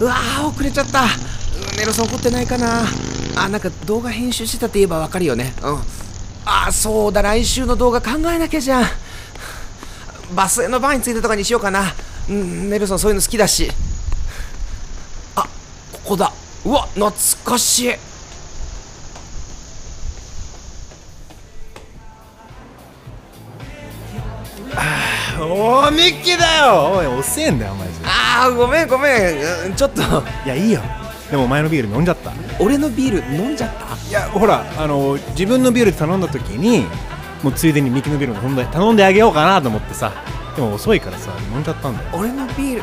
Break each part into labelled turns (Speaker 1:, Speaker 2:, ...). Speaker 1: うわー遅れちゃったうんネロさん怒ってないかなあなんか動画編集してたって言えばわかるよねうんあそうだ来週の動画考えなきゃじゃんバスへのバーについてとかにしようかなうんネルソンそういうの好きだしあここだうわ懐かしい
Speaker 2: おおミッキーだよおい遅えんだよお前
Speaker 1: あーごめんごめんうんちょっと
Speaker 2: いやいいよでもお前のビール飲んじゃった
Speaker 1: 俺のビール飲んじゃった
Speaker 2: いやほらあの自分のビール頼んだ時にもうついでにミキのビールも頼んで頼んであげようかなと思ってさでも遅いからさ飲んじゃったんだよ
Speaker 1: 俺のビール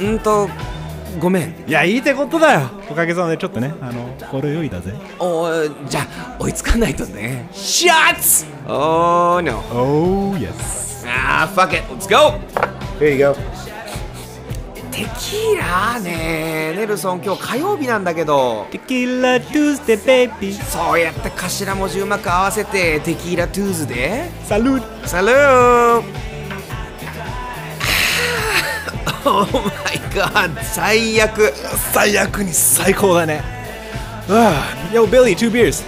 Speaker 1: うんうんとごめん
Speaker 2: いやいいってことだよおかげさまでちょっとねあの心よいだぜ
Speaker 1: おーじゃあ追いつかないとねシャツおーの
Speaker 2: おおイエス
Speaker 1: あー fuck it let's go
Speaker 2: Here you go
Speaker 1: テキーラねえネルソン今日火曜日なんだけど
Speaker 2: テキーラトゥーステベイビー
Speaker 1: そうやって頭文字うまく合わせてテキーラトゥーズで
Speaker 2: サルート
Speaker 1: サルーン Oh my god 最悪
Speaker 2: 最悪に最高だねああ Yo Billy two beers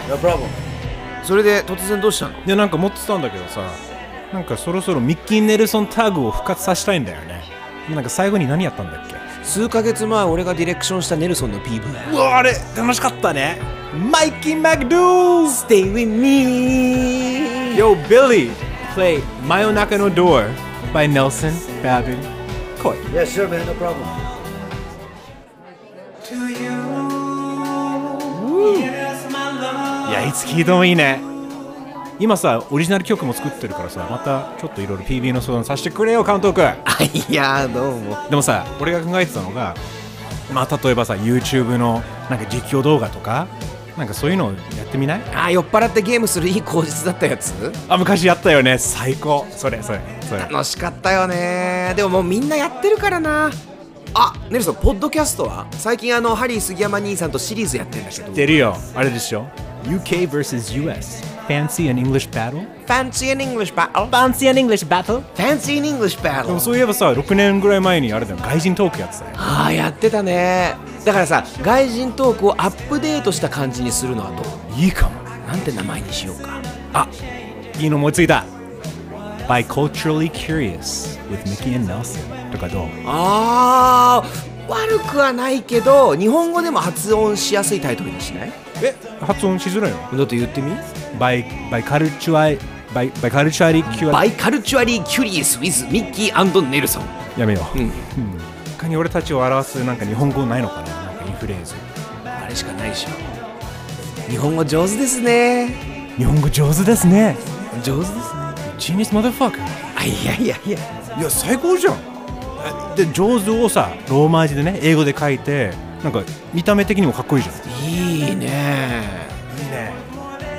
Speaker 1: それで突然どうしたの
Speaker 2: いやなんか持ってたんだけどさなんかそろそろミッキー・ネルソンタグを復活させたいんだよねなんか最後に何やったんだっけ
Speaker 1: 数ヶ月前俺がディレクションしたネルソンの PV
Speaker 2: うわあれ楽しかったねマイキー・マクドゥ
Speaker 1: Stay
Speaker 2: ー
Speaker 1: with me
Speaker 2: Yo Billy play 真夜中のドア by Nelson Babin 来い
Speaker 3: Yeah, sure, man, no problem.
Speaker 4: to you. Yes, my love.
Speaker 2: いやいつ聴いてもいいね今さオリジナル曲も作ってるからさまたちょっといろいろ PV の相談させてくれよ監督
Speaker 1: あ いやどうも
Speaker 2: でもさ俺が考えてたのがまあ例えばさ YouTube のなんか実況動画とかなんかそういうのをやってみない
Speaker 1: あ酔っ払ってゲームするいい口実だったやつ
Speaker 2: あ昔やったよね最高それそれそれ
Speaker 1: 楽しかったよねでももうみんなやってるからなあネルソンポッドキャストは最近あのハリー杉山兄さんとシリーズやってるんだけど
Speaker 2: 出るよあれでしょ UK vs.US Fancy an English Battle?
Speaker 1: Fancy an English battle
Speaker 2: Fancy an English Battle?
Speaker 1: Fancy an English
Speaker 2: でも
Speaker 1: battle
Speaker 2: そういえばさ6年ぐらい前にあれだよ外人トークやってたよ
Speaker 1: ああやってたねだからさ外人トークをアップデートした感じにするのはどう
Speaker 2: いいかも
Speaker 1: なんて名前にしようか
Speaker 2: あいいの思いついた Biculturally Curious with Mickey and Nelson とかどう
Speaker 1: あー悪くはないけど日本語でも発音しやすいタイトルにしない
Speaker 2: え発音しづらいの
Speaker 1: だって言ってみ
Speaker 2: バイバイカルチュアイバイバイカルチュアリキュア
Speaker 1: バイカルチュアリー・キュリース・ウィズ・ミッキーネルソン
Speaker 2: やめよう、
Speaker 1: う
Speaker 2: うんん他に俺たちを表すなんか日本語ないのかななんかインフレーズ
Speaker 1: あれしかないでしょ日本語上手ですね
Speaker 2: 日本語上手ですね
Speaker 1: 上手ですねあ
Speaker 2: ジーニスマダファー
Speaker 1: いやいやいや
Speaker 2: いや最高じゃんえで上手をさローマ字でね英語で書いてなんか見た目的にもかっこいいじゃん
Speaker 1: いいね
Speaker 2: いいね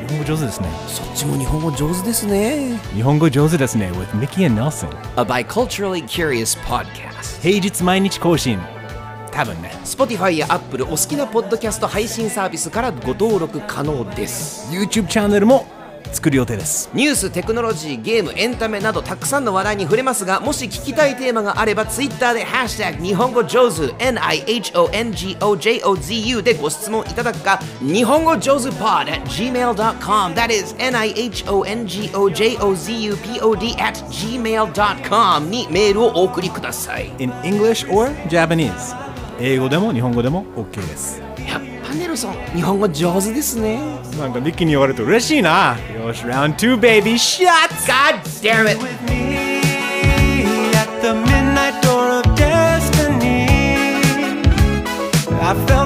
Speaker 2: 日本語上手ですね
Speaker 1: そっちも日本語上手ですね
Speaker 2: 日本語上手ですね with Mickey and Nelson
Speaker 1: A Biculturally Curious Podcast
Speaker 2: 平日毎日更新多分ね
Speaker 1: Spotify や Apple お好きなポッドキャスト配信サービスからご登録可能です
Speaker 2: YouTube チャンネルも作る予定です
Speaker 1: ニューステクノロジーゲームエンタメなどたくさんの話題に触れますがもし聞きたいテーマがあれば Twitter で「ハッシュタグ日本語上手 NIHONGOJOZU」でご質問いただくか日本語上手 pod at gmail.com that is NIHONGOJOZUPOD at gmail.com にメールをお送りください
Speaker 2: in English or Japanese 英語でも日本語でも OK です
Speaker 1: やっぱネルソン日本語上手ですね
Speaker 2: なんかミッキーに言われると嬉しいなよし Round 2 baby shots
Speaker 1: God damn it
Speaker 4: With me at the midnight door of destiny. I felt